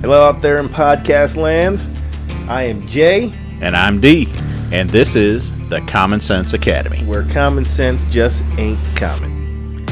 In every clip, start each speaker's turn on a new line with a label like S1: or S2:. S1: Hello, out there in podcast land. I am Jay,
S2: And I'm D, and this is the Common Sense Academy.
S1: where common sense just ain't common.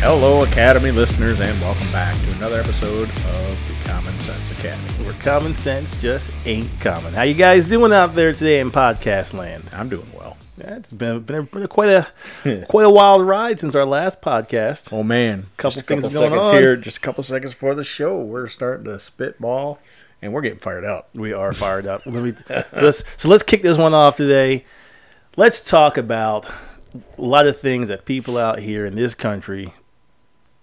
S2: Hello, Academy listeners, and welcome back to another episode of the Common Sense Academy.
S1: Where common sense just ain't common. How you guys doing out there today in podcast land?
S2: I'm doing well.
S1: Yeah, it's been, been, been quite a quite a wild ride since our last podcast.
S2: Oh man,
S1: Couple
S2: just a
S1: things
S2: couple
S1: going
S2: seconds
S1: on.
S2: here, just a couple seconds before the show, we're starting to spitball, and we're getting fired up.
S1: We are fired up. Let me, so, let's, so let's kick this one off today. Let's talk about a lot of things that people out here in this country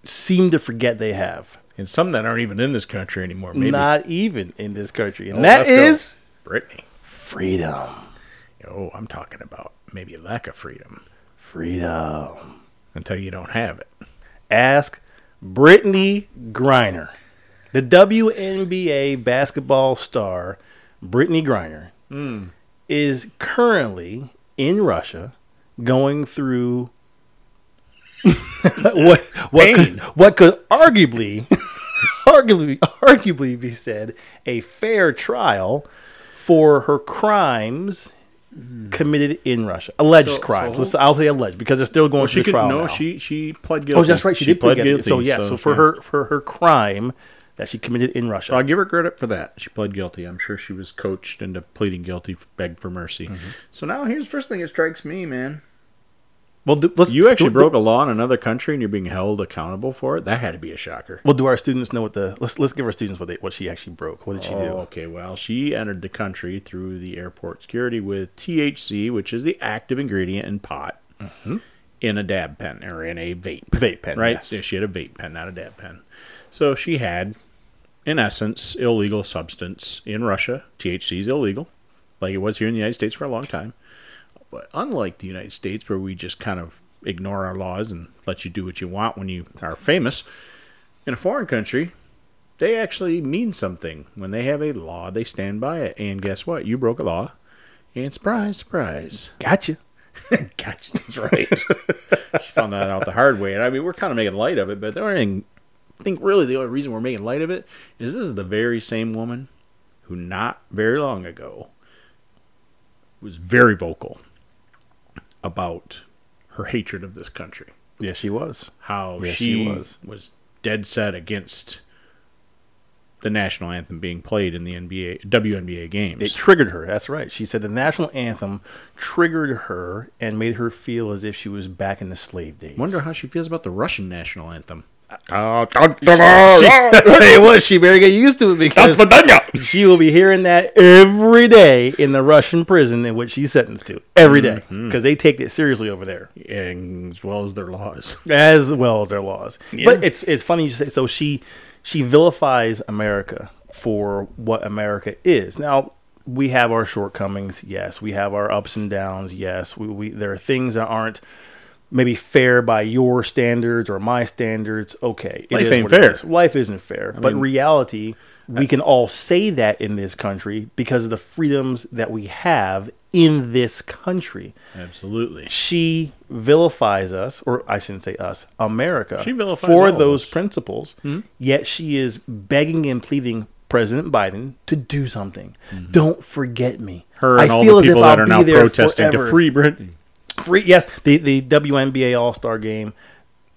S1: seem to forget they have.
S2: And some that aren't even in this country anymore. Maybe
S1: Not even in this country, and
S2: Oh,
S1: that
S2: let's go.
S1: is
S2: Brittany.
S1: freedom.
S2: Oh, I'm talking about maybe lack of freedom
S1: Freedom.
S2: until you don't have it.
S1: Ask Brittany Griner, the WNBA basketball star. Brittany Griner
S2: Hmm.
S1: is currently in Russia, going through what what
S2: Pain.
S1: could, what could arguably arguably arguably be said a fair trial for her crimes committed in Russia. Alleged
S2: Hmm. So- so
S1: crimes.
S2: who-
S1: Let's- I'll say alleged because they're still going
S2: Well,
S1: through
S2: she
S1: the
S2: could
S1: trial.
S2: no.
S1: now.
S2: She she pled guilty.
S1: Oh, that's right. She, did plead guilty. So yes. So, for
S2: yeah.
S1: her for her crime that she committed in Russia.
S2: So I give her credit for that. She pled guilty. I'm sure she was coached into pleading guilty, begged for mercy.
S1: Mm-hmm.
S2: So now here's the first thing that strikes me, man.
S1: well, do, let's,
S2: You actually
S1: do-
S2: broke a law in another country and you're being held accountable for it. That had to be a shocker.
S1: Well, do our students know what the let's let's give our students what they what she actually broke? What did she
S2: Oh,
S1: do?
S2: okay. Well, she entered the country through the airport security with THC, which is the active ingredient in pot, in a dab pen or in a vape.
S1: Vape pen,
S2: right?
S1: yes.
S2: Yeah, she had a vape pen, not a dab pen. So she had, in essence, illegal substance in Russia. THC is illegal, like it was here in the United States for a long time. But unlike the United States, where we just kind of ignore our laws and let you do what you want when you are famous, in a foreign country, they actually mean something. When they have a law, they stand by it. And guess what? You broke a law. And surprise, surprise.
S1: Gotcha.
S2: Gotcha. That's right. she found that out the hard way. And I mean, we're kind of making light of it, but the only thing, I think really the only reason we're making light of it is this is the very same woman who not very long ago was very vocal about her hatred of this country
S1: Yeah, she was.
S2: how
S1: Yes,
S2: she,
S1: she was.
S2: was. dead set against the national anthem being played in the NBA WNBA
S1: It
S2: games.
S1: triggered her. That's right. She said the national anthem triggered her and made her feel as if she was back in the slave days.
S2: Wonder how she feels about the Russian national anthem. uh, Oh,
S1: She, I tell you what, she better get used to it because she will be hearing that every day in the Russian prison in which she's sentenced to every day because they take it seriously over there.
S2: And as well as their laws.
S1: as well as their laws. But it's it's funny you say so. She she vilifies America for what America is. Now we have our shortcomings. Yes, we have our ups and downs. Yes, we, we there are things that aren't maybe fair by your standards or my standards. Okay, it
S2: Life
S1: is
S2: ain't
S1: what it
S2: fair.
S1: is. Life isn't fair. but reality, we can all say that in this country because of the freedoms that we have in this country
S2: Absolutely.
S1: she vilifies us, or I shouldn't say us, America,
S2: She vilifies all
S1: for
S2: of
S1: those
S2: us. Hmm?
S1: principles. Yet she is begging and pleading President Biden to do something. Don't forget me.
S2: Mm-hmm. Her and
S1: I
S2: all
S1: feel
S2: the
S1: as if
S2: people that
S1: I'll
S2: are
S1: be
S2: now
S1: there
S2: protesting
S1: forever.
S2: to free Britain.
S1: Free, yes, the the WNBA All Star Game,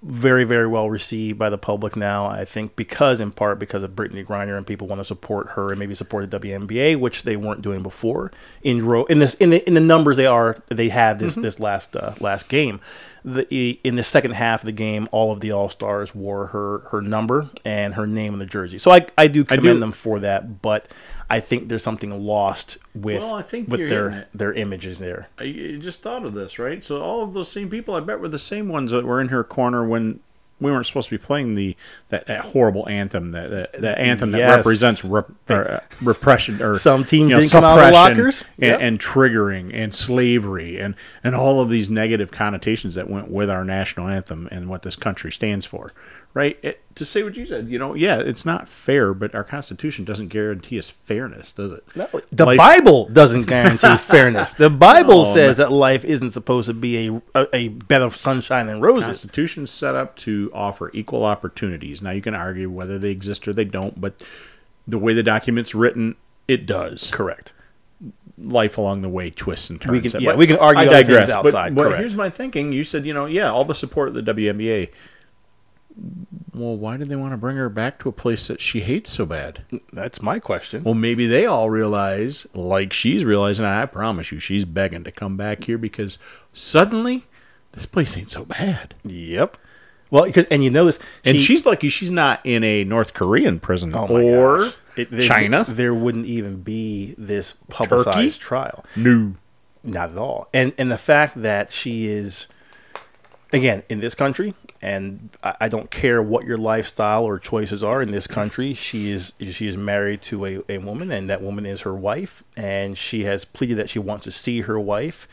S1: very very well received by the public now. I think because in part because of Brittany Griner and people want to support her and maybe support the WNBA, which they weren't doing before in ro- in this in the in the numbers they are they had
S2: Mm-hmm.
S1: this this last uh, last game. The, e, in the second half of the game, all of the All Stars wore her her number and her name on the jersey. So I, I do commend
S2: do-
S1: them for that, but I think there's something lost with
S2: Well, I think
S1: with
S2: you're hitting
S1: their
S2: it.
S1: their images there.
S2: I I just thought of this, right? So all of those same people, I bet, were the same ones that were in her corner when we weren't supposed to be playing the that, that horrible anthem that that, that anthem
S1: Yes.
S2: that represents rep, or, uh, repression or
S1: Some teams didn't come out of the
S2: suppression
S1: lockers.
S2: and,
S1: Yep.
S2: and triggering and slavery and and all of these negative connotations that went with our national anthem and what this country stands for right it, to say what you said you know yeah it's not fair but our constitution doesn't guarantee us fairness does it no,
S1: The Bible doesn't guarantee fairness. The Bible says that life isn't supposed to be a, a, a bed of sunshine and roses.
S2: Constitution set up to offer equal opportunities. Now you can argue whether they exist or they don't, but the way the document's written, it does.
S1: Correct.
S2: Life along the way twists and turns.
S1: We can- yeah,
S2: But
S1: we can argue
S2: I
S1: other things
S2: digress. But-
S1: outside,
S2: But,
S1: correct.
S2: here's my thinking: you said, you know, yeah, all the support of the WNBA. Well, why did they want to bring her back to a place that she hates so bad?
S1: That's my question.
S2: Well, maybe they all realize, like she's realizing, and I promise you, she's begging to come back here because suddenly this place ain't so bad.
S1: Yep. Well, 'cause- and you notice,
S2: And
S1: she-
S2: she's lucky she's not in a North Korean prison
S1: Oh my
S2: or
S1: gosh. It- there-
S2: China.
S1: there wouldn't even be this publicized trial.
S2: no.
S1: Not at all. And and the fact that she is again in this country, and I, I don't care what your lifestyle or choices are in this country, she is she is married to a, a woman and that woman is her wife and she has pleaded that she wants to see her wife.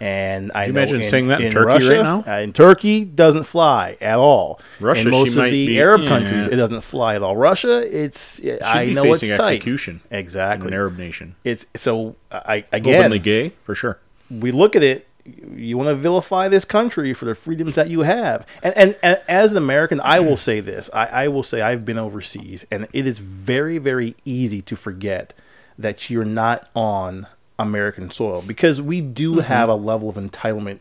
S1: And I
S2: you
S1: know
S2: imagine saying that in Turkey right
S1: Russia,
S2: now?
S1: uh, in Turkey doesn't fly at all.
S2: Russia,
S1: in
S2: she
S1: most of
S2: might
S1: the
S2: be-
S1: Arab
S2: yeah.
S1: countries, it doesn't fly at all. Russia, it's I
S2: be
S1: know
S2: facing
S1: it's tight.
S2: execution
S1: Exactly,
S2: An Arab nation.
S1: it's so I
S2: Openly
S1: again
S2: gay, for sure.
S1: we look at it. You want to vilify this country for the freedoms that you have, and and, and as an American, I will say this: I, I will say I've been overseas, and it is very very easy to forget that you're not on American soil because we do
S2: Mm-hmm.
S1: have a level of entitlement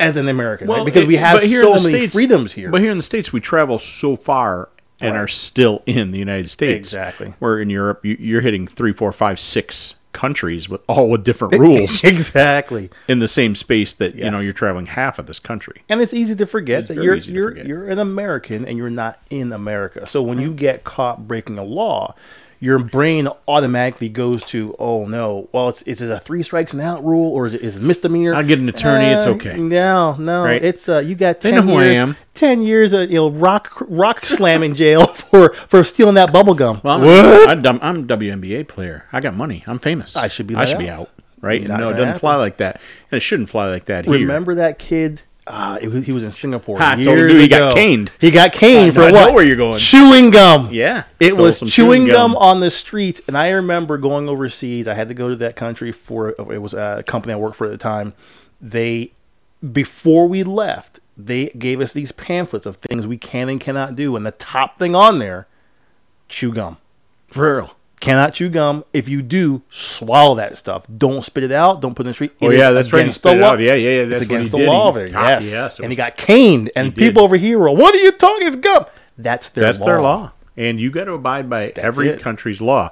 S1: as an American, right? because we
S2: it-
S1: have
S2: but here in
S1: so
S2: the
S1: many
S2: States-
S1: freedoms here.
S2: But here in the States, we travel so far and
S1: Right.
S2: are still in the United States.
S1: Exactly.
S2: Where in Europe, you, you're hitting three, four, five, six countries with all with different rules
S1: exactly.
S2: in the same space that you know
S1: Yes.
S2: you're traveling half of this country.
S1: And it's easy to forget that
S2: very
S1: you're
S2: easy to
S1: you're
S2: forget. Mm-hmm.
S1: you're an American and you're not in America. So when you get caught breaking a law, your brain automatically goes to, "Oh no, well it's is it a three strikes and out rule or is it is it misdemeanor?" Uh,
S2: I'll get an attorney, it's okay.
S1: No, no,
S2: Right?
S1: it's uh, you got
S2: They
S1: ten
S2: know who I
S1: years.
S2: am.
S1: Ten years of you know rock rock slam in jail for for stealing that bubble gum.
S2: Well, I'm, what? I'm, dumb- I'm a WNBA player. I got money. I'm famous.
S1: I should be
S2: I
S1: let
S2: should be
S1: out.
S2: out. Right?
S1: Not
S2: no, it
S1: gonna
S2: doesn't
S1: happen.
S2: fly like that, and it shouldn't fly like that here.
S1: Remember that kid? Uh, he was- he was in Singapore.
S2: Ha, I
S1: years
S2: told you, he got
S1: ago.
S2: caned.
S1: He got caned
S2: I-
S1: for
S2: I know
S1: what?
S2: where you're going.
S1: Chewing gum.
S2: Yeah,
S1: It
S2: stole
S1: was
S2: some
S1: chewing, gum. on the streets, and I remember going overseas. I had to go to that country for it was a company I worked for at the time. They before we left, they gave us these pamphlets of things we can and cannot do, and the top thing on there, chew gum.
S2: For real.
S1: Cannot chew gum. If you do, swallow that stuff. Don't spit it out. Don't put it in the street.
S2: Oh,
S1: It
S2: yeah,
S1: is
S2: that's right. He
S1: against
S2: spit
S1: the
S2: it
S1: law.
S2: out. Yeah, yeah, yeah, that's
S1: it's
S2: what he
S1: against
S2: did.
S1: the law
S2: He-
S1: there.
S2: Ah,
S1: Yes,
S2: yes, it
S1: and
S2: was-
S1: he got caned. And people over here were, "What are you talking? It's gum." That's their
S2: That's
S1: law.
S2: their law, and you got to abide by every
S1: it.
S2: country's law,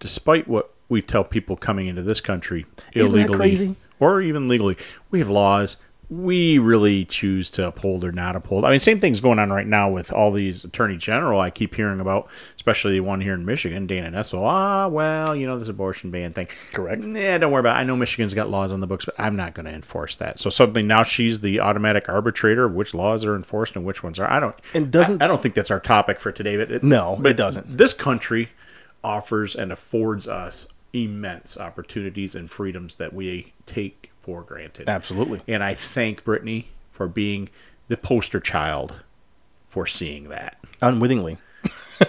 S2: despite what we tell people coming into this country
S1: Isn't that
S2: illegally
S1: crazy?
S2: or even legally. We have laws. We really choose to uphold or not uphold. I mean, same thing's going on right now with all these attorney general I keep hearing about, especially the one here in Michigan, Dana Nessel. Ah, well, you know this abortion ban thing.
S1: Correct.
S2: Nah, don't worry about. it. I know Michigan's got laws on the books, but I'm not going to enforce that. So suddenly now she's the automatic arbitrator of which laws are enforced and which ones are. I don't.
S1: And doesn't-
S2: I, I don't think that's our topic for today. But it,
S1: No,
S2: but
S1: it doesn't.
S2: This country offers and affords us immense opportunities and freedoms that we take for granted.
S1: Absolutely.
S2: And I thank Brittany for being the poster child for seeing that.
S1: Unwittingly.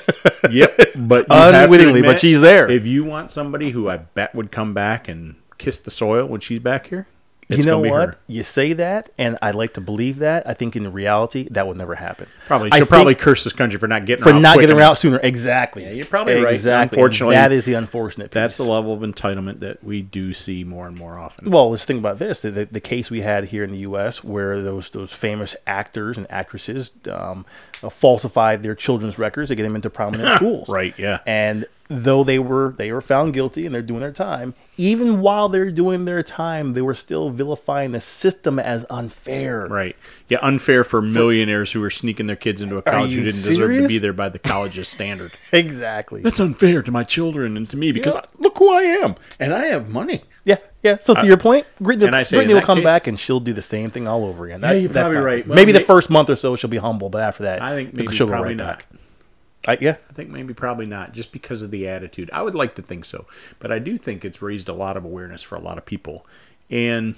S2: Yep, but you have to
S1: Unwittingly, but
S2: admit,
S1: she's there.
S2: If you want somebody who I bet would come back and kiss the soil when she's back here, it's
S1: you know
S2: gonna be
S1: what?
S2: her.
S1: You say that, and I'd like to believe that. I think in reality, that would never happen.
S2: Probably
S1: I
S2: she'll
S1: think
S2: probably curse this country for not getting her
S1: for
S2: out
S1: not
S2: quick
S1: getting her
S2: enough.
S1: out sooner. Exactly.
S2: you're probably right.
S1: Exactly.
S2: Unfortunately,
S1: that is the unfortunate. Piece.
S2: That's the level of entitlement that we do see more and more often.
S1: well. Let's think about this: the, the, the case we had here in the U.S., where those those famous actors and actresses um, uh, falsified their children's records to get them into prominent schools.
S2: Right, yeah.
S1: And though they were they were found guilty and they're doing their time, even while they're doing their time, they were still vilifying the system as unfair.
S2: Right. Yeah, unfair for millionaires who are sneaking their kids into a college who
S1: you
S2: didn't deserve to
S1: serious?
S2: be there by the college's standard.
S1: Exactly.
S2: That's unfair to my children and to me because
S1: Yeah.
S2: I- look who I am and I have money.
S1: Yeah, yeah. So to your point, Brittany,
S2: and I say in
S1: Brittany will
S2: that
S1: come
S2: case-
S1: back and she'll do the same thing all over again. That-
S2: Yeah, you're
S1: that's
S2: probably
S1: fine.
S2: right. Well,
S1: maybe the
S2: may-
S1: first month or so she'll be humble, but after that,
S2: I think maybe
S1: she'll go
S2: probably
S1: right
S2: not.
S1: back. I, yeah,
S2: I think maybe probably not, just because of the attitude. I would like to think so, but I do think it's raised a lot of awareness for a lot of people. And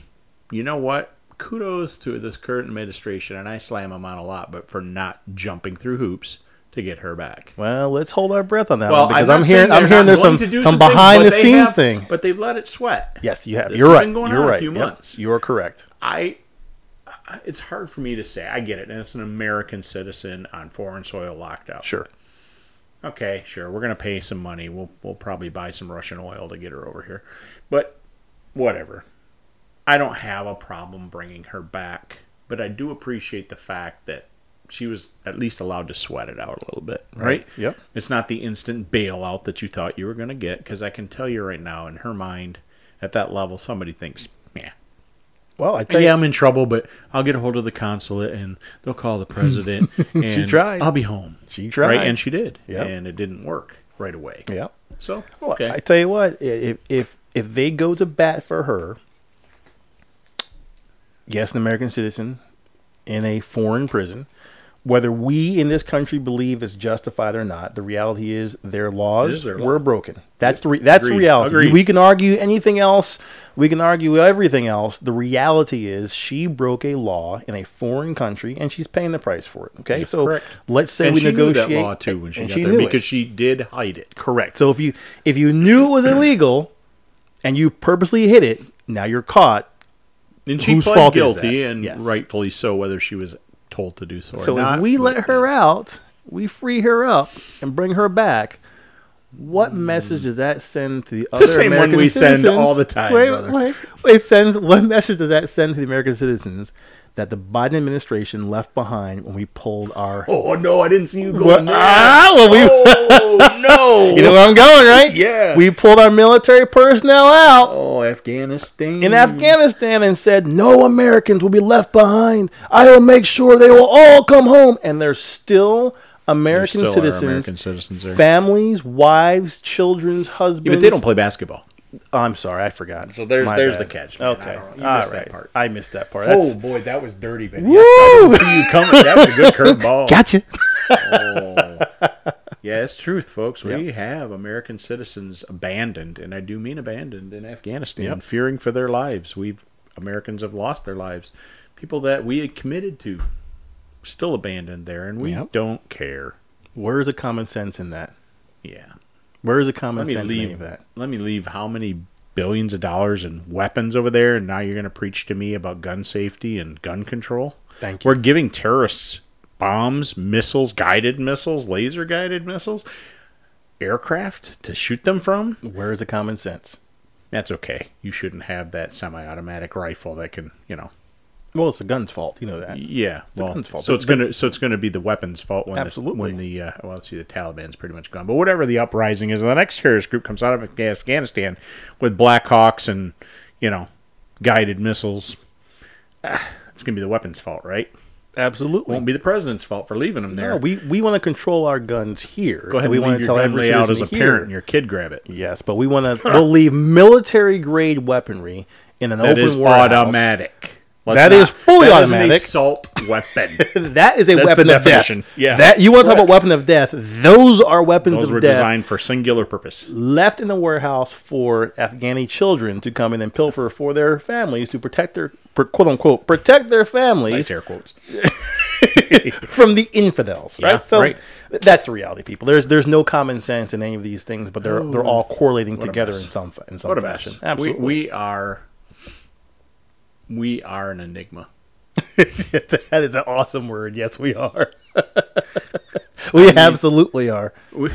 S2: you know what? Kudos to this current administration, and I slam them on a lot, but for not jumping through hoops to get her back.
S1: Well, let's hold our breath on that
S2: Well,
S1: one because
S2: I'm,
S1: I'm,
S2: not saying
S1: hearing I'm
S2: they're
S1: hearing
S2: not
S1: there's
S2: going
S1: some,
S2: to do
S1: some
S2: things,
S1: behind
S2: but
S1: the
S2: they
S1: scenes
S2: have-
S1: thing.
S2: but they've let it sweat.
S1: Yes, you have.
S2: This
S1: You're
S2: has
S1: right.
S2: been going
S1: You're
S2: on a
S1: right.
S2: few
S1: Yep.
S2: months.
S1: You are correct.
S2: I, I- it's hard for me to say. I get it, and it's an American citizen on foreign soil locked up.
S1: Sure.
S2: okay, sure, we're gonna pay some money. We'll we'll probably buy some Russian oil to get her over here, but whatever. I don't have a problem bringing her back, but I do appreciate the fact that she was at least allowed to sweat it out a little bit, right?
S1: Yep.
S2: It's not the instant bailout that you thought you were gonna get, because I can tell you right now, in her mind, at that level, somebody thinks, yeah.
S1: Well, I tell
S2: Yeah, I'm in trouble, but I'll get a hold of the consulate and they'll call the president. And
S1: tried.
S2: I'll be home.
S1: She tried.
S2: Right? And she did.
S1: Yep.
S2: And it didn't work right away.
S1: you. Yep.
S2: So
S1: Well,
S2: okay.
S1: I tell you what, i- if if if they go to bat for her, yes, an American citizen in a foreign prison, whether we in this country believe it's justified or not, the reality is their laws
S2: It is their law.
S1: were broken. That's the re- that's the
S2: Agreed.
S1: reality.
S2: Agreed.
S1: We can argue anything else. We can argue everything else. The reality is she broke a law in a foreign country, and she's paying the price for it. Okay, so
S2: correct.
S1: let's say
S2: and
S1: we
S2: she knew
S1: negotiate
S2: that law too when she
S1: and
S2: got
S1: she
S2: there
S1: knew it.
S2: because she did hide it.
S1: Correct. So if you if you knew it was illegal and you purposely hid it, now you're caught.
S2: And she
S1: Whose
S2: pled
S1: fault is
S2: guilty
S1: that?
S2: and
S1: Yes.
S2: rightfully so, whether she was told to do so, or
S1: So
S2: not.
S1: if we let her out, we free her up and bring her back. What message does that send to the other
S2: Hmm. same one
S1: American
S2: we send
S1: citizens?
S2: all the time,
S1: Wait,
S2: brother.
S1: wait, wait, it sends what message does that send to the American citizens that the Biden administration left behind when we pulled our
S2: Oh no, I didn't see you
S1: Well,
S2: going there.
S1: ah, well, we-
S2: Oh no.
S1: You know where I'm going, right?
S2: Yeah.
S1: We pulled our military personnel out.
S2: Oh, Afghanistan.
S1: in Afghanistan and said, No Americans will be left behind. I will make sure they will all come home. And there's still American
S2: still are
S1: citizens,
S2: American citizens there.
S1: families, wives, children's husbands.
S2: Yeah, but they don't play basketball.
S1: I'm sorry, I forgot.
S2: So there's-
S1: My
S2: there's the catch, man. I
S1: Okay.
S2: don't know. You
S1: All
S2: missed that
S1: right.
S2: part.
S1: I missed that part. That's,
S2: Oh, boy, that was dirty, baby.
S1: Woo!
S2: see you coming. That was a good curve ball.
S1: Gotcha.
S2: Yeah, it's truth, folks. We have American citizens abandoned, and I do mean abandoned in Afghanistan, fearing for their lives. We've Americans have lost their lives. People that we had committed to still abandoned there, and we
S1: Yep.
S2: don't care.
S1: Where's the common sense in that?
S2: Yeah.
S1: Where's the common
S2: Let me
S1: sense in any
S2: leave
S1: of that?
S2: Let me leave how many billions of dollars in weapons over there, and now you're going to preach to me about gun safety and gun control.
S1: Thank you.
S2: We're giving terrorists bombs, missiles, guided missiles, laser guided missiles, aircraft to shoot them from.
S1: Where's the common sense?
S2: That's okay. You shouldn't have that semi automatic rifle that can, you know.
S1: Well, it's the gun's fault. You know that.
S2: Yeah,
S1: the
S2: well,
S1: gun's fault,
S2: so
S1: but-
S2: it's gonna so it's gonna be the weapons' fault when
S1: Absolutely.
S2: the when the uh, well, let's see, the Taliban's pretty much gone, but whatever the uprising is, and the next terrorist group comes out of Afga- Afghanistan with Black Hawks and you know guided missiles. Ah, it's gonna be the weapons' fault, right?
S1: Absolutely.
S2: Won't be the president's fault for leaving them there.
S1: no, we, we want to control our guns here.
S2: Go ahead.
S1: We
S2: and
S1: want
S2: leave
S1: to
S2: your
S1: tell
S2: gun
S1: every
S2: layout as
S1: citizen
S2: a
S1: here-
S2: parent, and your kid grab it.
S1: Yes, but we want to. we'll leave military grade weaponry in an
S2: That
S1: open
S2: is
S1: warehouse.
S2: automatic. Let's
S1: That is fully
S2: that is
S1: automatic.
S2: an assault weapon.
S1: That is a
S2: That's
S1: weapon
S2: the
S1: of death.
S2: definition. Yeah.
S1: That you want to talk
S2: Correct.
S1: about weapon of death? Those are weapons
S2: Those
S1: of
S2: were
S1: death
S2: designed for singular purpose.
S1: left in the warehouse for Afghani children to come in and pilfer for their families to protect their pr- quote unquote protect their
S2: Nice
S1: families
S2: air quotes.
S1: from the infidels. Right.
S2: Yeah,
S1: so
S2: right.
S1: th- that's the reality, people. There's there's no common sense in any of these things, but they're they're all correlating together in
S2: mess.
S1: some fa- in some
S2: What a
S1: fashion.
S2: mess. We,
S1: Absolutely.
S2: we are we are an enigma.
S1: that is an awesome word. Yes, we are. we absolutely are.
S2: We,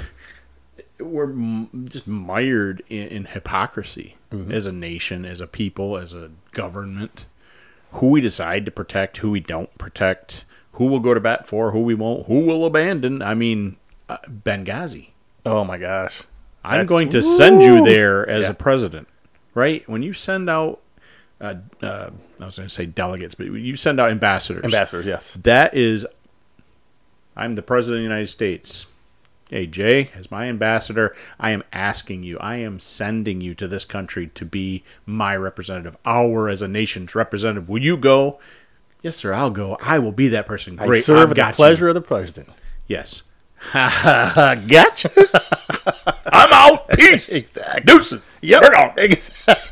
S2: we're m- just mired in, in hypocrisy
S1: Mm-hmm.
S2: as a nation, as a people, as a government. Who we decide to protect, who we don't protect, who we'll go to bat for, who we won't, who we'll abandon. I mean, uh, Benghazi.
S1: Oh my gosh.
S2: I'm
S1: That's-
S2: going to send you
S1: Woo!
S2: there as
S1: Yeah.
S2: a president, right? When you send out, uh, uh, I was going to say delegates, but you send out ambassadors.
S1: Ambassadors, yes.
S2: That is, I'm the president of the United States. hey Jay, as my ambassador, I am asking you, I am sending you to this country to be my representative, our as a nation's representative. Will you go? Yes, sir, I'll go. I will be that person.
S1: I
S2: Great.
S1: serve
S2: I've
S1: at the
S2: got you."
S1: pleasure of the president.
S2: Yes. Ha ha ha. Gotcha. I'm out. Peace.
S1: Exactly.
S2: Deuces.
S1: Yep.
S2: We're gone.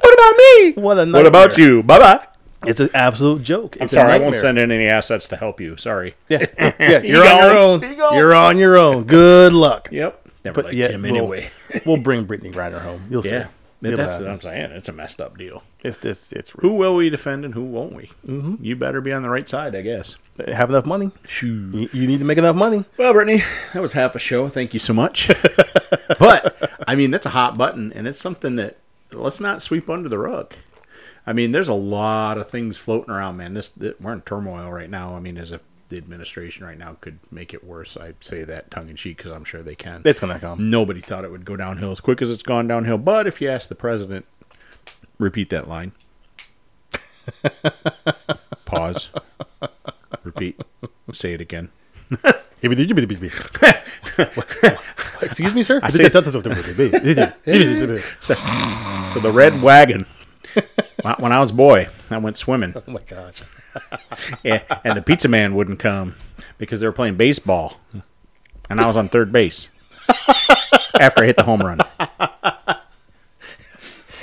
S2: what about me?
S1: What a
S2: What about
S1: nightmare.
S2: you? Bye bye.
S1: It's an absolute joke.
S2: I'm sorry. I won't send in any assets to help you. Sorry.
S1: Yeah, yeah. You're
S2: gone.
S1: on your own.
S2: He gone.
S1: You're on your own. Good luck.
S2: Yep. Never
S1: But
S2: liked
S1: yet
S2: him
S1: we'll-
S2: anyway.
S1: we'll bring Brittany Griner home. You'll
S2: Yeah.
S1: see. It'll
S2: that's
S1: happen.
S2: what I'm saying. It's a messed up deal.
S1: It's it's it's
S2: Who will we defend and who won't we? Mm-hmm. You better be on the right side, I guess.
S1: have enough money. You, you need to make enough money.
S2: Well, Brittany, that was half a show. Thank you so much. but I mean, that's a hot button, and it's something that let's not sweep under the rug. I mean, there's a lot of things floating around, man. This, th we're in turmoil right now. I mean, as if the administration right now could make it worse. I say that tongue in cheek because I'm sure they can.
S1: It's gonna come.
S2: Nobody thought it would go downhill as quick as it's gone downhill. But if you ask the president, repeat that line. Pause. Repeat. Say it again.
S1: Excuse me, sir.
S2: I said- So, so the red wagon. When- When I was a boy, I went swimming,
S1: oh my gosh.
S2: and and the pizza man wouldn't come because they were playing baseball, and I was on third base after I hit the home run.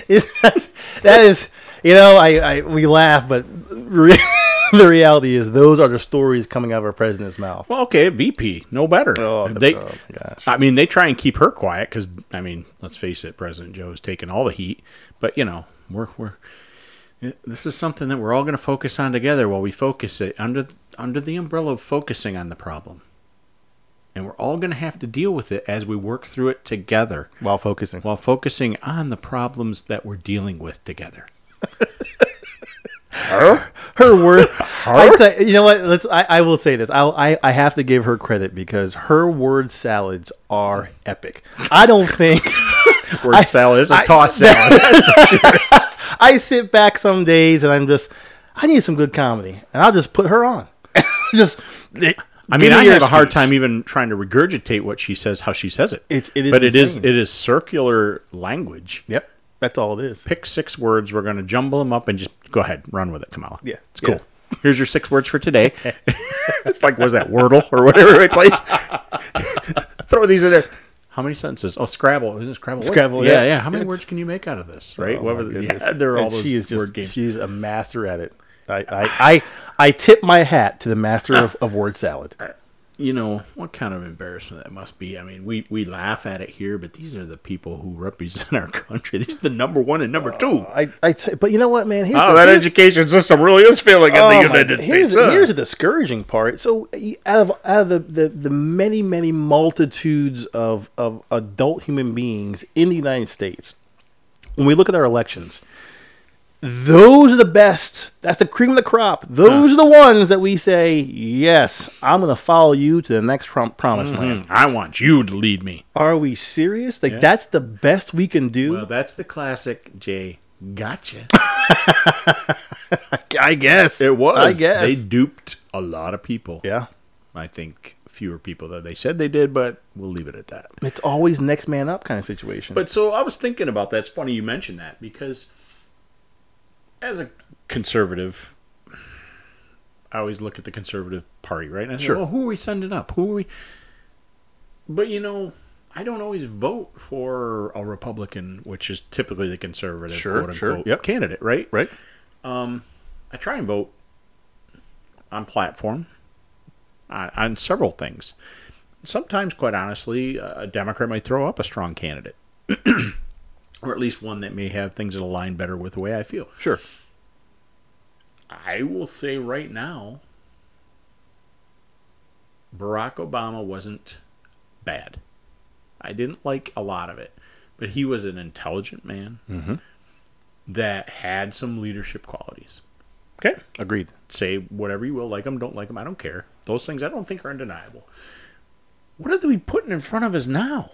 S1: Is that, that is, you know, I, I we laugh, but re- the reality is those are the stories coming out of our president's mouth.
S2: Well, okay, VP, no better.
S1: Oh,
S2: they,
S1: oh my gosh.
S2: I mean, they try and keep her quiet because, I mean, let's face it, President Joe's taking all the heat. But you know, we're we're eh, this is something that we're all going to focus on together while we focus it under under the umbrella of focusing on the problem, and we're all going to have to deal with it as we work through it together
S1: While focusing,
S2: while focusing on the problems that we're dealing with together.
S1: her words. I'd say, you know what? Let's. I, I will say this. I'll, I I have to give her credit because her word salads are epic. I don't think.
S2: Word salad is a
S1: I-
S2: toss salad.
S1: I sit back some days and I'm just, I need some good comedy, and I'll just put her on. just,
S2: I mean, I have a hard time even trying to regurgitate what she says, how she says it.
S1: It's- it is
S2: but it is
S1: insane.
S2: it is circular language.
S1: Yep, that's all it is.
S2: Pick six words. We're going to jumble them up and just go ahead, run with it, Kamala.
S1: Yeah,
S2: it's cool.
S1: yeah.
S2: Here's your six words for today. it's like was that Wordle or whatever it plays. Throw these in there. How many sentences? Oh, Scrabble. Isn't it Scrabble? What-
S1: Scrabble,
S2: Yeah,
S1: yeah.
S2: yeah. How many words can you make out of this? Right.
S1: Oh,
S2: Whatever
S1: my
S2: the-
S1: goodness.
S2: yeah, there are all
S1: And
S2: those
S1: she is just,
S2: word games.
S1: She's a master at it. I, I, I, I tip my hat to the master of, of word salad.
S2: you know what kind of embarrassment that must be. I mean, we we laugh at it here, but these are the people who represent our country. These are the number one and number two.
S1: I, I t- but you know what, man? Here's
S2: Oh,
S1: the-
S2: that
S1: here's-
S2: education system really is failing in
S1: oh
S2: the
S1: my-
S2: United
S1: here's,
S2: States. huh?
S1: here's the discouraging part. So, y- out of out of the, the, the many many multitudes of of adult human beings in the United States, when we look at our elections, those are the best. That's the cream of the crop. Those are the ones that we say, yes, I'm going to follow you to the next prom-
S2: Mm-hmm.
S1: promised land.
S2: Hmm, I want you to lead me.
S1: Are we serious? Like that's the best we can do.
S2: Well, that's the classic Jay. Gotcha.
S1: I guess
S2: It was.
S1: I guess.
S2: they duped a lot of people.
S1: yeah.
S2: I think fewer people than they said they did, but we'll leave it at that.
S1: It's always next man up kind of situation.
S2: But so I was thinking about that. It's funny you mentioned that because as a conservative, I always look at the conservative party, right? And I say,
S1: Sure.
S2: well, who are we sending up? Who are we? But you know, I don't always vote for a Republican, which is typically the conservative
S1: Sure,
S2: quote
S1: sure.
S2: unquote
S1: Yep.
S2: candidate, right? Um,
S1: right?
S2: I try and vote on platform, on, on several things. Sometimes, quite honestly, a Democrat might throw up a strong candidate, or at least one that may have things that align better with the way I feel.
S1: Sure.
S2: I will say right now, Barack Obama wasn't bad. I didn't like a lot of it, but he was an intelligent man that had some leadership qualities.
S1: Okay. Agreed.
S2: say whatever you will, like him, don't like him, I don't care. Those things I don't think are undeniable. What are we putting in front of us now?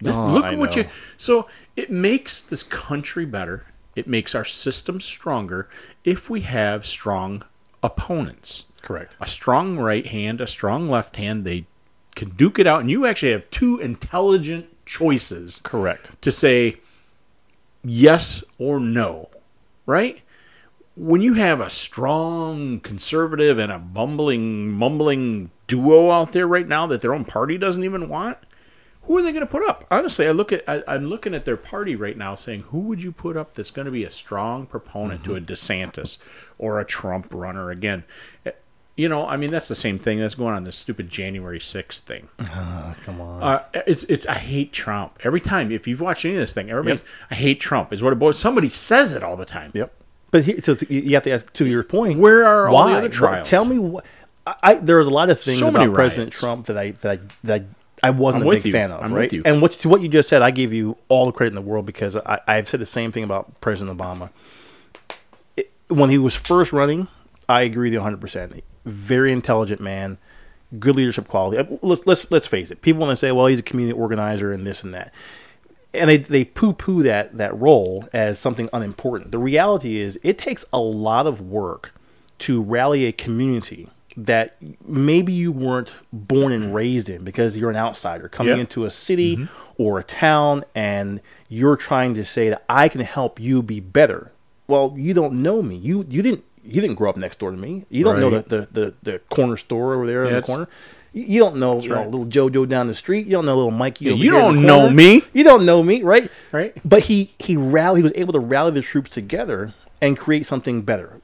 S2: This,
S1: Oh,
S2: look
S1: I
S2: at what you.
S1: know.
S2: So it makes this country better. It makes our system stronger if we have strong opponents.
S1: Correct.
S2: A strong right hand, a strong left hand, they can duke it out, and you actually have two intelligent choices
S1: Correct.
S2: to say yes or no, right? When you have a strong conservative and a bumbling, mumbling duo out there right now that their own party doesn't even want, who are they going to put up? Honestly, I look at I, I'm looking at their party right now, saying who would you put up that's going to be a strong proponent to a DeSantis or a Trump runner again? Eh, You know, I mean that's the same thing that's going on this stupid January 6th thing.
S1: Come on.
S2: Uh, it's it's I hate Trump. Every time, if you've watched any of this thing, everybody's I hate Trump is what it boils. Somebody says it all the time.
S1: Yep. But he, so you- you have to ask to your point.
S2: Where are all the other
S1: What-
S2: trials?
S1: Tell me what. I, I there was a lot of things
S2: So
S1: about
S2: many
S1: President
S2: riots.
S1: Trump that I that I, that I wasn't
S2: I'm
S1: a
S2: with
S1: big
S2: you.
S1: fan of.
S2: I'm with
S1: right.
S2: you.
S1: And what to what you just said, I give you all the credit in the world because I, I've said the same thing about President Obama. It- when he was first running, I agree with you 100. percent Very intelligent man, good leadership quality. Uh, Let's let's let's face it. People want to say, well, he's a community organizer and this and that and they, they poo-poo that that role as something unimportant. The reality is it takes a lot of work to rally a community that maybe you weren't born and raised in because you're an outsider coming
S2: Yeah. Mm-hmm.
S1: into a city or a town and you're trying to say that I can help you be better. Well, you don't know me. You you didn't you didn't grow up next door to me. You don't know
S2: Right.
S1: the, the, the, the corner store over there in the
S2: That's-
S1: corner. You- You don't know, you know,
S2: right.
S1: little JoJo down the street. You don't know little Mikey. over
S2: you
S1: here in
S2: don't
S1: the
S2: know
S1: corner.
S2: me.
S1: You don't know me, right?
S2: Right.
S1: But he he rallied. He was able to rally the troops together and create something better.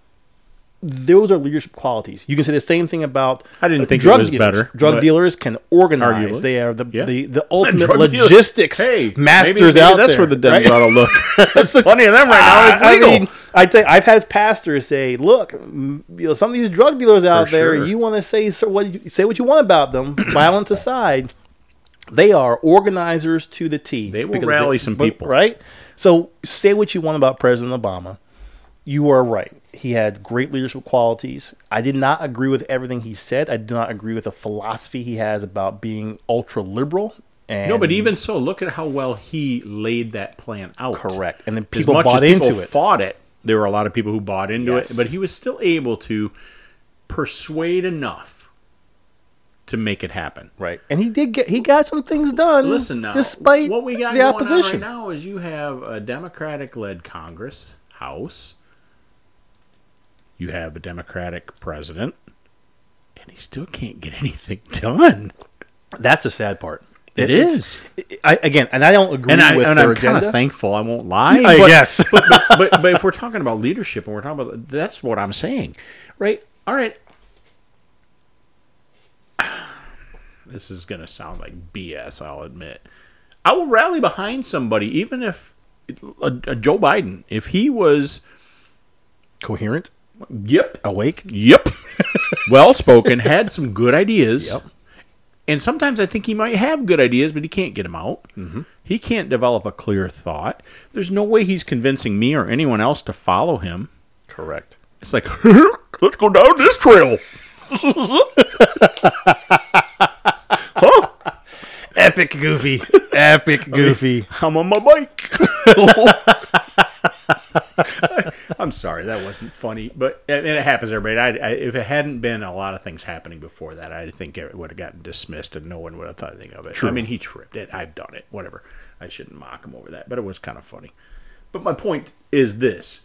S1: Those are leadership qualities. You can say the same thing about.
S2: I didn't
S1: uh,
S2: think it
S1: drug
S2: was
S1: dealers.
S2: better,
S1: Drug
S2: but-
S1: dealers can organize.
S2: Arguably.
S1: They are the
S2: Yeah.
S1: the, the ultimate
S2: Drug dealers.
S1: logistics
S2: Hey,
S1: masters
S2: maybe, maybe
S1: out
S2: that's
S1: there,
S2: where the
S1: right?
S2: Dems ought to look. that's plenty of them right now. It's
S1: I-
S2: legal.
S1: I mean, I tell you, I've had pastors say, "Look, m- you know, some of these drug dealers out
S2: For
S1: there,
S2: sure.
S1: you want to say so what you, say what you want about them, violence aside, they are organizers to the T.
S2: They will
S1: Because
S2: rally some
S1: but-
S2: people.
S1: right? So say what you want about President Obama, you are right. He had great leadership qualities. I did not agree with everything he said. I do not agree with the philosophy he has about being ultra liberal. And
S2: no, but even so, look at how well he laid that plan out.
S1: correct, and then
S2: As
S1: people
S2: much
S1: bought
S2: as people
S1: into it.
S2: Fought it. There were a lot of people who bought into
S1: Yes.
S2: it, but he was still able to persuade enough to make it happen.
S1: Right, and he did get he got some things done.
S2: Listen now,
S1: despite
S2: what we got
S1: the
S2: going
S1: opposition.
S2: on right now is you have a Democratic-led Congress House, you have a Democratic president, and he still can't get anything done.
S1: That's the sad part.
S2: It
S1: it's-
S2: is.
S1: I, again, and I don't agree
S2: And, I,
S1: with
S2: and
S1: their
S2: I'm kind
S1: agenda.
S2: of thankful. I won't lie.
S1: I
S2: but-
S1: guess.
S2: but, but, but if we're talking about leadership and we're talking about that's what I'm saying, right? All right. This is gonna sound like BS. I'll admit. I will rally behind somebody, even if a, a Joe Biden, if he was,
S1: Coherent,
S2: yep,
S1: awake.
S2: Yep. well spoken, had some good ideas.
S1: Yep.
S2: And sometimes I think he might have good ideas, but he can't get them out. Mm-hmm. He can't develop a clear thought. There's no way he's convincing me or anyone else to follow him.
S1: Correct.
S2: It's like, let's go down this trail.
S1: Epic goofy. Epic goofy.
S2: I'm on my bike. I'm sorry, that wasn't funny, but and it happens to everybody. I, I, if it hadn't been a lot of things happening before that, I think it would have gotten dismissed and no one would have thought anything of it. I mean, he tripped it. I've done it. Whatever. I shouldn't mock him over that, but it was kind of funny. But my point is this: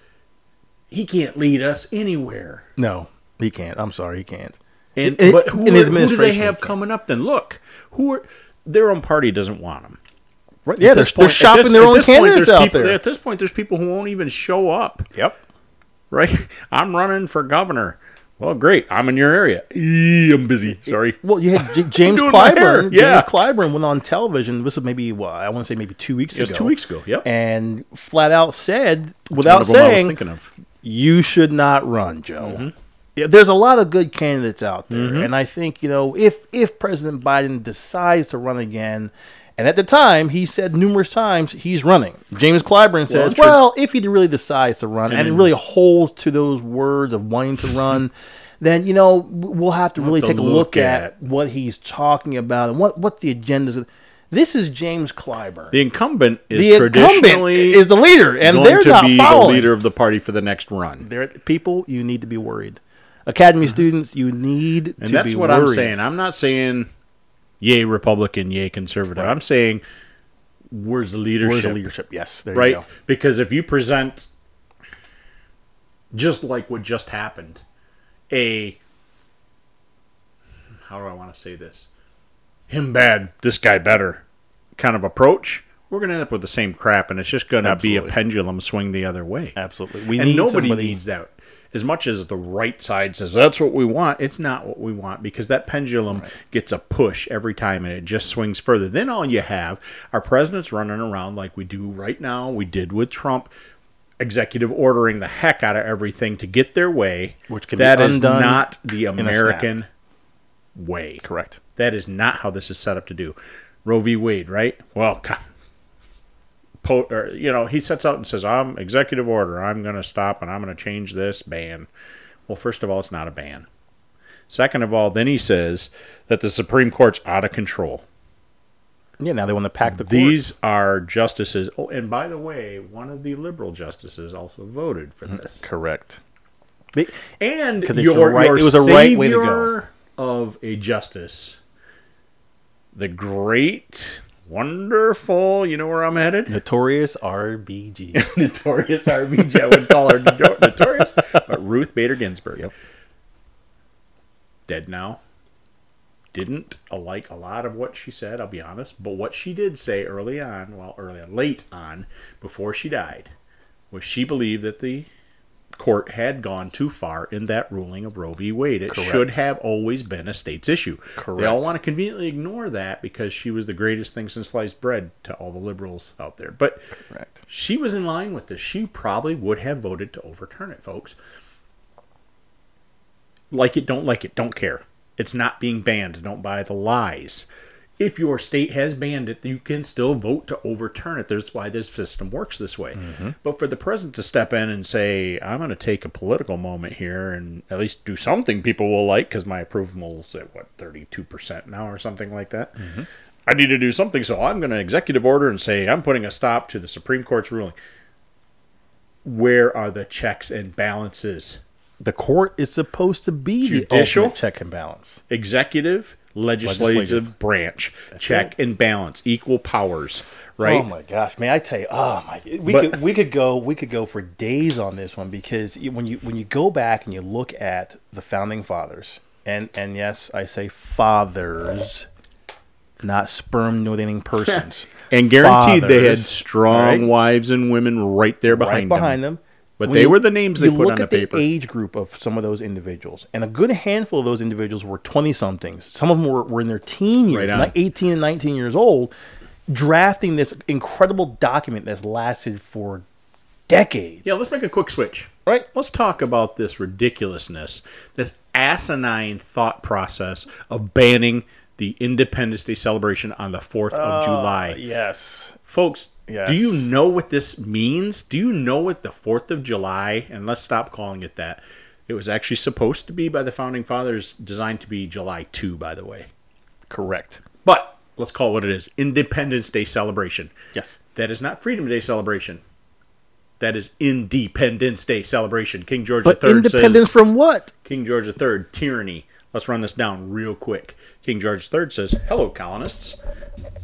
S2: he can't lead us anywhere.
S1: No, he can't. I'm sorry, he can't.
S2: And
S1: In-
S2: but who,
S1: in
S2: are-
S1: his
S2: who do they
S1: administration,
S2: have
S1: he can't.
S2: coming up? Then look, who are their own party doesn't want him.
S1: Right, yeah,
S2: At
S1: they're,
S2: this
S1: they're
S2: point- at
S1: shopping
S2: this-
S1: their
S2: at
S1: own
S2: this point,
S1: candidates
S2: there's
S1: out
S2: people-
S1: there.
S2: At this point, there's people who won't even show up.
S1: Yep.
S2: Right? I'm running for governor. Well, great. I'm in your area. Eee, I'm busy. Sorry.
S1: Well, you had J- James
S2: doing my hair,
S1: Clyburn.
S2: yeah.
S1: James Clyburn went on television. This is maybe well, I want to say maybe two weeks
S2: It was
S1: ago.
S2: two weeks ago, yep.
S1: And flat out said,
S2: One
S1: without
S2: of them I was
S1: saying,
S2: thinking of.
S1: you should not run, Joe.
S2: Mm-hmm.
S1: Yeah, there's a lot of good candidates out there, and I think you know if if President Biden decides to run again, and at the time he said numerous times he's running. James Clyburn says,
S2: true. Mm-hmm.
S1: "Well, if he really decides to run and, really holds to those words of wanting to run." Then you know w- we'll have to really
S2: to
S1: take a
S2: look
S1: look at,
S2: at.
S1: what he's talking about and what what the agendas. This is James Clyburn.
S2: The incumbent is
S1: The incumbent
S2: traditionally
S1: is the leader, and
S2: going
S1: they're
S2: to
S1: not
S2: be
S1: following.
S2: the leader of the party for the next run.
S1: They're people you need to be Mm-hmm. worried. Academy students, you need
S2: And
S1: to
S2: that's
S1: be
S2: what
S1: worried.
S2: I'm saying. I'm not saying yay Republican, yay conservative. I'm saying, where's the leadership?
S1: Where's the leadership? Yes, there
S2: right?
S1: you go.
S2: Because if you present just like what just happened, a how do I want to say this? Him bad, this guy better kind of approach, we're going to end up with the same crap and it's just going to be a
S1: Absolutely.
S2: pendulum swing the other way.
S1: Absolutely. We
S2: And
S1: need
S2: nobody
S1: somebody-
S2: needs that. As much as the right side says that's what we want, it's not what we want because that pendulum gets a push every time and it just swings further. Then all you have are presidents running around like we do right now, we did with Trump, executive ordering the heck out of everything to get their way.
S1: Which can be
S2: That is
S1: undone
S2: not the
S1: in a snap.
S2: American way.
S1: Correct.
S2: That is not how this is set up to do. Roe v. Wade, right? Well, co- po- or, you know, he sets out and says, "I'm executive order. I'm going to stop and I'm going to change this ban." Well, first of all, it's not a ban. Second of all, then he says that the Supreme Court's out of control.
S1: Yeah. Now they want to pack the court.
S2: These are justices. Oh, and by the way, one of the liberal justices also voted for this.
S1: Correct.
S2: And
S1: 'Cause
S2: your,
S1: it's the right-
S2: your
S1: it was the right way to go.
S2: savior of a justice, the great, wonderful. You know where I'm headed.
S1: Notorious RBG.
S2: Notorious RBG. I would call her notor- notorious, but Ruth Bader Ginsburg.
S1: Yep.
S2: Dead now. Didn't like a lot of what she said. I'll be honest, but what she did say early on, well, early on, late on, before she died, was she believed that the court had gone too far in that ruling of Roe v. Wade. It should have always been a state's issue. They all want to conveniently ignore that because she was the greatest thing since sliced bread to all the liberals out there. But
S1: Correct.
S2: she was in line with this. She probably would have voted to overturn it, folks. Like it, don't like it, don't care. It's not being banned. Don't buy the lies. If your state has banned it, you can still vote to overturn it. That's why this system works this way. But for the president to step in and say, I'm going to take a political moment here and at least do something people will like because my approval's at what, 32% now or something like that. I need to do something, so I'm going to executive order and say I'm putting a stop to the Supreme Court's ruling. Where are the checks and balances?
S1: The court is supposed to be
S2: Judicial?
S1: the ultimate check and balance.
S2: Executive, legislative,
S1: Legislative.
S2: branch, check and balance, equal powers, right?
S1: Oh my gosh, man! I tell you, oh my, we
S2: But-
S1: could we could go we could go for days on this one because you- when you when you go back and you look at the founding fathers, and and yes, I say fathers, not sperm donating persons,
S2: and guaranteed they had
S1: Fathers,
S2: strong
S1: right?
S2: wives and women right there behind,
S1: right behind them.
S2: But
S1: When
S2: they were the names they
S1: you
S2: put
S1: look
S2: on the
S1: at
S2: paper.
S1: age group of some of those individuals, and a good handful of those individuals were twenty somethings. Some of them were, were in their teen years,
S2: Right on.
S1: not eighteen and nineteen years old, drafting this incredible document that's lasted for decades.
S2: Yeah, let's make a quick switch.
S1: Right.
S2: Let's talk about this ridiculousness, this asinine thought process of banning the Independence Day celebration on the 4th
S1: Oh,
S2: of July.
S1: Uh, Yes.
S2: Folks,
S1: Yes.
S2: do you know what this means? Do you know what the 4th of July, and let's stop calling it that, it was actually supposed to be by the Founding Fathers, designed to be July 2, by the way.
S1: Correct.
S2: But let's call it what it is Independence Day celebration.
S1: Yes.
S2: That is not Freedom Day celebration. That is Independence Day celebration. King George
S1: But
S2: III
S1: independence
S2: says,
S1: from what?
S2: King George III, tyranny. Let's run this down real quick. King George III says, Hello, colonists.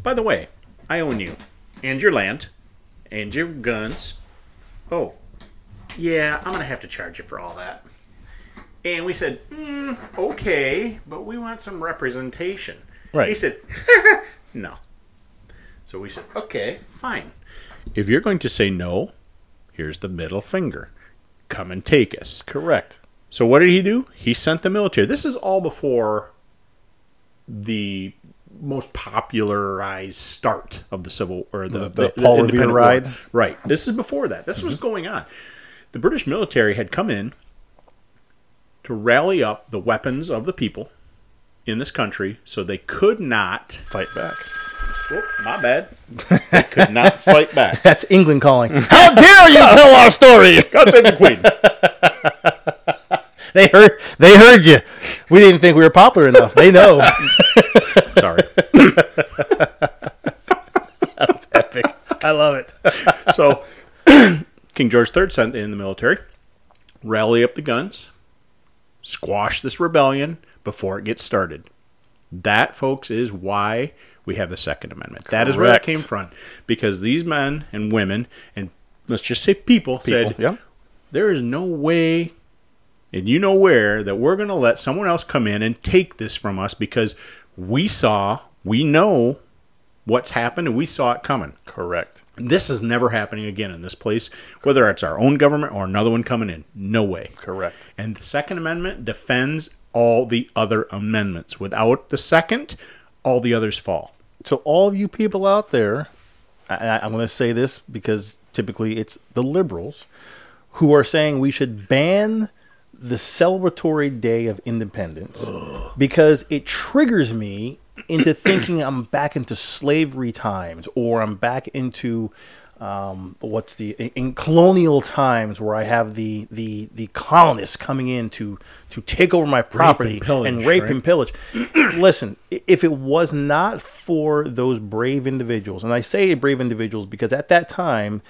S2: By the way, I own you and your land and your guns. Oh, yeah, I'm going to have to charge you for all that. And we said, mm, Okay, but we want some representation.
S1: Right.
S2: He said, No. So we said, Okay, fine. If you're going to say no, here's the middle finger. Come and take us.
S1: Correct.
S2: So what did he do? He sent the military. This is all before the most popularized start of the Civil or the,
S1: the Paul Revere
S2: Independent War.
S1: ride? Mm-hmm.
S2: Right. This is before that. This was going on. The British military had come in to rally up the weapons of the people in this country so they could not
S1: Fight back.
S2: whoop, my bad. They could not fight back.
S1: That's England calling. How dare you tell our story?
S2: God save the Queen.
S1: They heard. They heard you. We didn't think we were popular enough. They know.
S2: Sorry.
S1: Epic. I love it.
S2: so King George III sent in the military, rally up the guns, squash this rebellion before it gets started. That, folks, is why we have the Second Amendment. That is where that
S1: Correct.
S2: came from. Because these men and women, and let's just say people, said,
S1: yeah.
S2: there is no way, and you know where, that we're going to let someone else come in and take this from us because we saw, we know what's happened, and we saw it coming.
S1: Correct.
S2: This is never happening again in this place, whether it's our own government or another one coming in. No way.
S1: Correct.
S2: And the Second Amendment defends all the other amendments. Without the Second, all the others fall.
S1: So all of you people out there, I, I, I'm going to say this because typically it's the liberals who are saying we should ban the celebratory day of independence because it triggers me into thinking I'm back into slavery times or I'm back into um, what's the in- in colonial times where I have the the the colonists coming in to to take over my property
S2: pillage,
S1: and rape
S2: right?
S1: and pillage. Listen, i- if it was not for those brave individuals, and I say brave individuals because at that time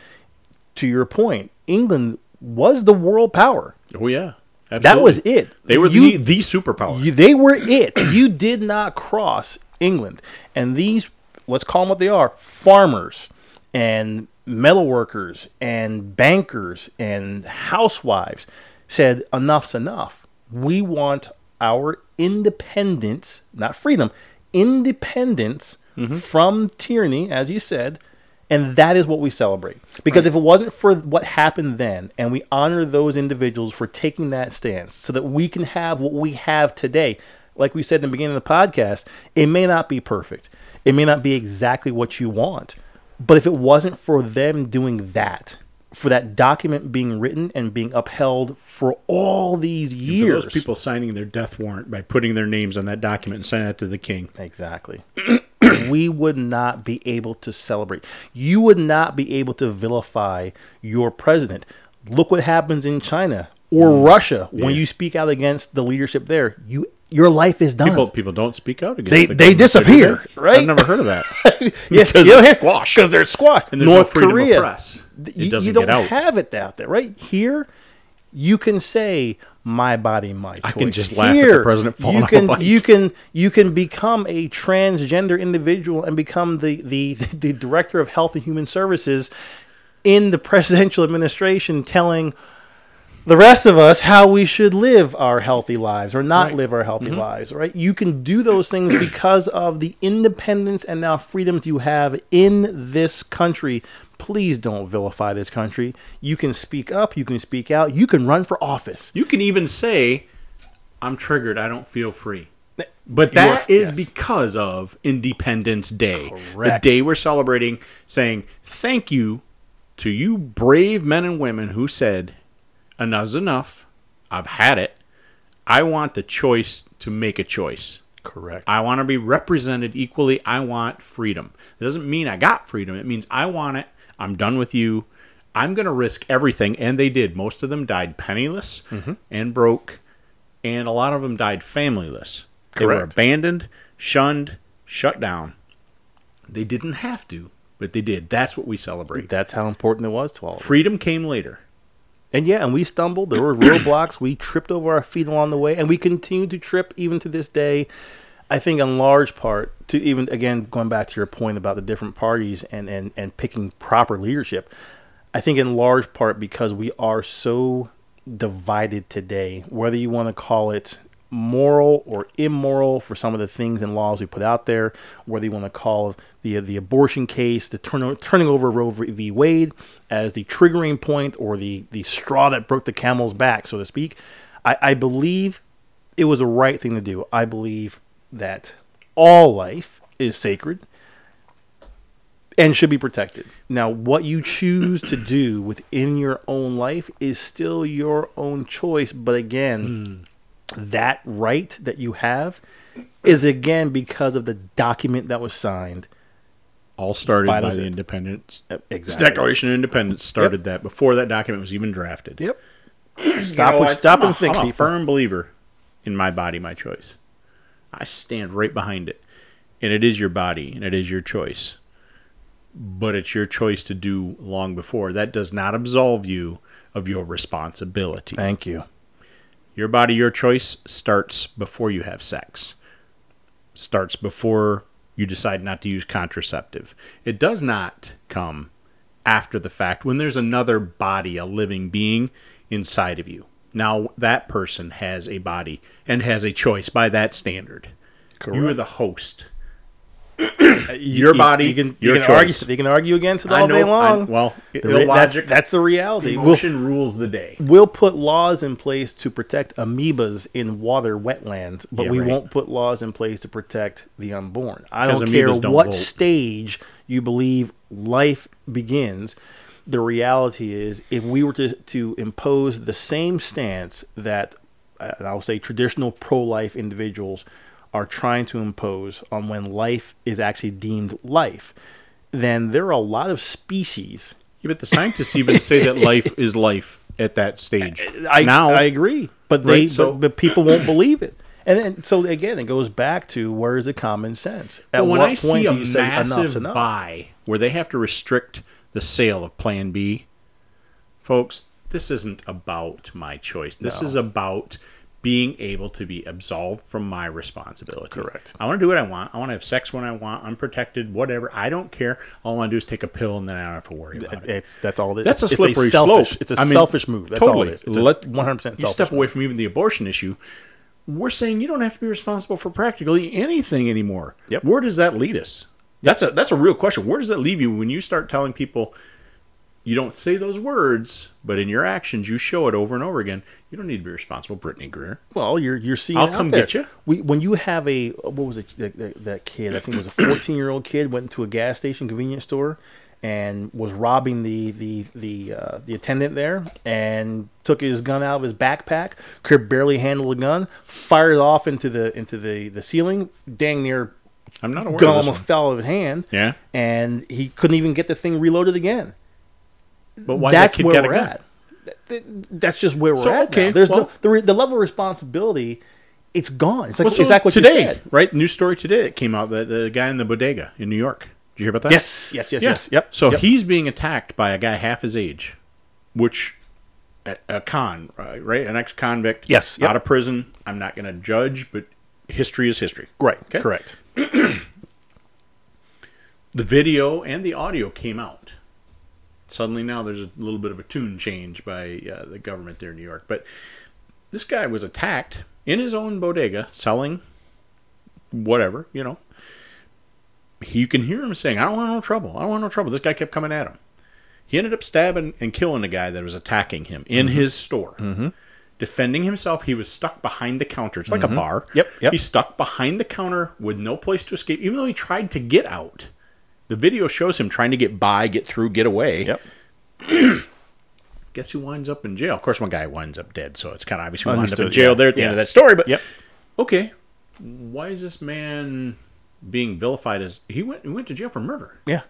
S1: to your point, England was the world power.
S2: Oh, yeah.
S1: That was it.
S2: They were
S1: You-
S2: the, the superpower.
S1: you, they were it. You did not cross England. And these, let's call them what they are farmers and metal workers and bankers and housewives said, enough's enough. We want our independence, not freedom, independence from tyranny, as you said. And that is what we celebrate. Because if it wasn't for what happened then, and we honor those individuals for taking that stance so that we can have what we have today, like we said in the beginning of the podcast, it may not be perfect. It may not be exactly what you want. But if it wasn't for them doing that, for that document being written and being upheld for all these
S2: For
S1: years.
S2: those people signing their death warrant by putting their names on that document and sending that to the king.
S1: Exactly. we would not be able to celebrate. You would not be able to vilify your president. Look what happens in China or Russia when
S2: Mm. Yeah.
S1: you speak out against the leadership there. You your life is done.
S2: People, people don't speak out against.
S1: They-
S2: the
S1: they
S2: government, do
S1: disappear,
S2: they?
S1: right?
S2: I've never heard of that.
S1: yeah,
S2: because
S1: you know,
S2: it's
S1: here-
S2: squash.
S1: 'cause they're squashed.
S2: And there's no
S1: North
S2: freedom of
S1: Korea.
S2: press.
S1: Th-
S2: It
S1: you-
S2: doesn't
S1: you don't
S2: get out.
S1: have it out there, right? Here, you can say my body, my choice. I
S2: can just laugh at the president falling
S1: you
S2: off a
S1: can,
S2: bike.
S1: You can you can become a transgender individual and become the the the director of health and human services in the presidential administration, telling. The rest of us, how we should live our healthy lives or not
S2: Right.
S1: live our healthy lives, right? You can do those things because of the independence and now freedoms you have in this country. Please don't vilify this country. You can speak up, you can speak out, you can run for office.
S2: You can even say, "I'm triggered. I don't feel free." But that
S1: You are-
S2: is
S1: yes.
S2: because of Independence Day,
S1: Correct.
S2: the day we're celebrating, saying thank you to you brave men and women who said, "Enough's enough. I've had it. I want the choice to make a choice."
S1: Correct.
S2: I want to be represented equally. I want freedom. It doesn't mean I got freedom. It means I want it. I'm done with you. I'm going to risk everything. And they did. Most of them died penniless and broke. And a lot of them died familyless. They were
S1: Correct.
S2: abandoned, shunned, shut down. They didn't have to, but they did. That's what we celebrate.
S1: That's how important it was to all of us.
S2: Freedom came later.
S1: And yeah, and we stumbled. There were roadblocks. We tripped over our feet along the way, and we continue to trip even to this day. I think, in large part, to even again going back to your point about the different parties and and and picking proper leadership. I think, in large part, because we are so divided today, whether you want to call it moral or immoral for some of the things and laws we put out there, whether you want to call the the abortion case, the turn, turning over Roe v. Wade as the triggering point or the the straw that broke the camel's back, so to speak. I, I believe it was the right thing to do. I believe that all life is sacred and should be protected. Now, what you choose to do within your own life is still your own choice, but again, that right that you have is again because of the document that was signed.
S2: All started
S1: By
S2: by,
S1: those-
S2: the Independence
S1: exactly.
S2: Declaration of Independence started that before that document was even drafted.
S1: Yep.
S2: You
S1: Stop
S2: know
S1: and
S2: what?
S1: stop
S2: I'm
S1: and
S2: a-
S1: think,
S2: I'm a
S1: people.
S2: firm believer in my body, my choice. I stand right behind it, and it is your body, and it is your choice. But it's your choice to do long before. That does not absolve you of your responsibility.
S1: Thank you.
S2: Your body, your choice starts before you have sex. starts before you decide not to use contraceptive. It does not come after the fact when there's another body, a living being inside of you. Now that person has a body and has a choice by that standard. You are the host. Your body,
S1: You can, you
S2: your
S1: can
S2: choice.
S1: argue. You can argue against it
S2: I
S1: all day
S2: know- I-
S1: long.
S2: well,
S1: The re- that's,
S2: illogic-
S1: that's the reality. We'll,
S2: Emotion rules the day.
S1: we'll put laws in place to protect amoebas in water wetlands, but
S2: Yeah,
S1: we
S2: right.
S1: won't put laws in place to protect the unborn. I
S2: 'Cause
S1: don't care
S2: amoebas don't
S1: what
S2: vote.
S1: stage you believe life begins. The reality is, if we were to, to impose the same stance that uh, I'll say traditional pro life individuals are trying to impose on when life is actually deemed life, then there are a lot of species.
S2: Yeah, but the scientists even say that life is life at that stage.
S1: I,
S2: now,
S1: I agree, but they
S2: Right, so-
S1: but, but people won't believe it. And, then so again, it goes back to where is the common sense? At
S2: But when
S1: what
S2: I
S1: point
S2: see
S1: do
S2: a
S1: you say enough's
S2: massive
S1: enough?
S2: buy where they have to restrict the sale of Plan B, folks, this isn't about my choice. This is about being able to be absolved from my responsibility.
S1: Correct.
S2: I want to do what I want. I want to have sex when I want. I'm protected. Whatever. I don't care. All I want to do is take a pill, and then I don't have to worry about it.
S1: It's that's all. It,
S2: That's a
S1: it's
S2: slippery
S1: it's selfish,
S2: slope.
S1: It's a
S2: I mean,
S1: selfish move. That's all
S2: totally.
S1: it is. It's
S2: Let-
S1: one hundred percent
S2: you
S1: selfish.
S2: step away from even the abortion issue, we're saying you don't have to be responsible for practically anything anymore.
S1: Yep.
S2: Where does that lead us? That's a that's a real question. Where does that leave you when you start telling people you don't say those words, but in your actions you show it over and over again? You don't need to be responsible, Brittany Greer.
S1: Well, you're you're seeing.
S2: I'll
S1: it out
S2: come
S1: there.
S2: get ya.
S1: We, when you have a what was it that, that, that kid? I think it was a 14 year old kid went into a gas station convenience store and was robbing the the the uh, the attendant there and took his gun out of his backpack. Could barely handle the gun. Fired it off into the into the the ceiling. Dang near
S2: I'm not aware
S1: gun
S2: of this
S1: almost
S2: one.
S1: fell out of his hand.
S2: Yeah.
S1: and he couldn't even get the thing reloaded again.
S2: But why
S1: that's
S2: does that kid
S1: where
S2: got a
S1: we're
S2: gun?
S1: at. Th- th- That's just where we're
S2: So,
S1: at.
S2: okay,
S1: now. There's no,
S2: well-
S1: the, re- the level of responsibility. It's gone. It's like
S2: Well, so
S1: exactly what
S2: today,
S1: you said.
S2: right? News story today that came out that the guy in the bodega in New York. Did you hear about that?
S1: Yes, yes, yes,
S2: Yeah.
S1: yes. Yep.
S2: So
S1: yep.
S2: he's being attacked by a guy half his age, which a, a con, right? right? An ex-convict.
S1: Yes, yep.
S2: Out of prison. I'm not going to judge, but history is history.
S1: right,
S2: Okay?
S1: correct.
S2: The video and the audio came out. Suddenly now there's a little bit of a tune change by uh, the government there in New York, but this guy was attacked in his own bodega selling whatever, you know. You can hear him saying, I don't want no trouble. I don't want no trouble. This guy kept coming at him. He ended up stabbing and killing the guy that was attacking him in
S1: Mm-hmm.
S2: his store. Defending himself, he was stuck behind the counter. It's like a bar.
S1: Mm-hmm. Yep, yep.
S2: He's stuck behind the counter with no place to escape, even though he tried to get out. The video shows him trying to get by, get through, get away
S1: Yep.
S2: guess who winds up in jail? Of course, one guy winds up dead, so it's kind of obvious who winds up in
S1: Understood,
S2: jail
S1: yeah.
S2: there at the end
S1: Yeah.
S2: of that story. But
S1: Yep.
S2: okay, why is this man being vilified as he went? He went to jail for murder.
S1: Yeah.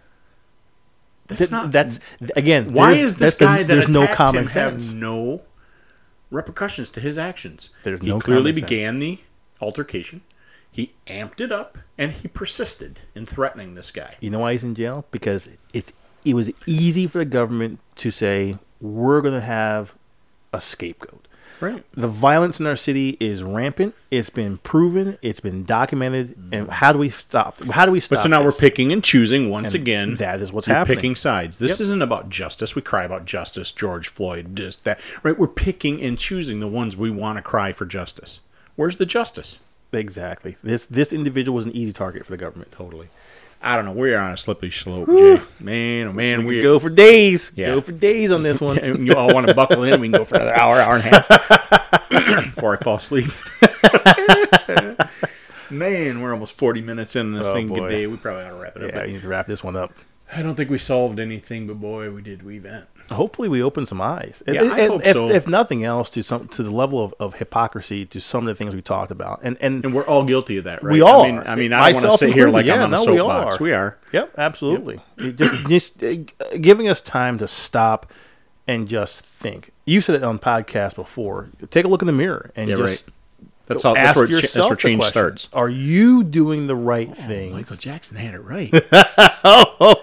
S2: That's
S1: Th-
S2: not.
S1: that's again.
S2: why
S1: there's-
S2: is
S1: that's
S2: this
S1: the-
S2: guy that
S1: there's no
S2: attacked
S1: common
S2: him
S1: sense?
S2: have no repercussions to his actions?
S1: There's
S2: he
S1: no
S2: clearly
S1: common sense.
S2: began the altercation. He amped it up and he persisted in threatening this guy.
S1: You know why he's in jail? Because it's it was easy for the government to say we're going to have a scapegoat.
S2: Right.
S1: The violence in our city is rampant. It's been proven. It's been documented. And how do we stop? How do we stop?
S2: But so now we're
S1: this?
S2: picking and choosing once again.
S1: that is what's
S2: you're
S1: happening.
S2: Picking sides. This isn't about justice. We cry about justice, George Floyd, this, that. Right? We're picking and choosing the ones we want to cry for justice. Where's the justice?
S1: Exactly. This this individual was an easy target for the government. Totally.
S2: I don't know. We're on a slippery slope, Jay. Man, oh man,
S1: We
S2: we
S1: could go for days.
S2: Yeah.
S1: Go for days on this one.
S2: and you all want to buckle in. We can go for another hour, hour and a half before I fall asleep. man, we're almost forty minutes in this
S1: Oh,
S2: thing
S1: boy.
S2: today. We probably ought to wrap it up.
S1: Yeah,
S2: but
S1: you need to wrap this one up.
S2: I don't think we solved anything, but boy, we did. We vent.
S1: Hopefully, we open some eyes.
S2: Yeah, I
S1: If-
S2: hope
S1: if,
S2: so.
S1: if nothing else, to some to the level of, of hypocrisy, to some of the things we talked about, and and,
S2: And we're all guilty of that, right?
S1: We all
S2: I mean,
S1: are.
S2: I, mean, I don't want to
S1: Myself
S2: sit here
S1: included.
S2: like
S1: Yeah,
S2: I'm on a
S1: no, we all
S2: soapbox.
S1: are.
S2: We are.
S1: yep, absolutely. You Just just uh, g- giving us time to stop and just think. You said it on podcast before. Take a look in the mirror and
S2: Yeah,
S1: just
S2: right. That's how. That's
S1: ask
S2: where, cha-
S1: yourself
S2: that's where
S1: the
S2: change
S1: question,
S2: starts. Oh,
S1: Are you doing the right thing?
S2: Jackson had it right.
S1: oh,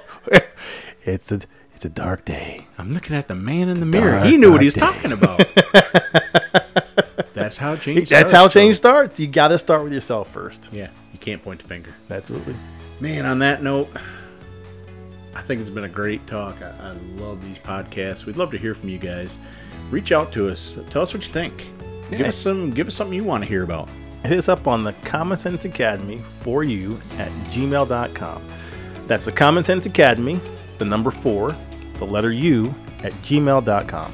S1: it's a it's a dark day.
S2: I'm looking at the man in the,
S1: dark,
S2: He knew
S1: dark
S2: what he was
S1: day.
S2: talking about. that's how change.
S1: That's
S2: starts,
S1: how change starts. You got to start with yourself first.
S2: Though. Yeah, you can't point the finger.
S1: Absolutely.
S2: Man, on that note, I think it's been a great talk. I, I love these podcasts. We'd love to hear from you guys. Reach out to us. Tell us what you think. Give
S1: Yeah.
S2: us some. Give us something you want to hear about.
S1: Hit us up on the Common Sense Academy for you at gmail.com. That's the Common Sense Academy, the number four, the letter U at gmail.com.
S2: Ah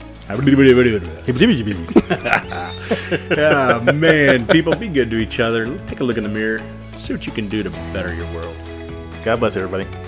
S2: man, people, be good to each other. Take a look in the mirror. See what you can do to better your world.
S1: God bless everybody.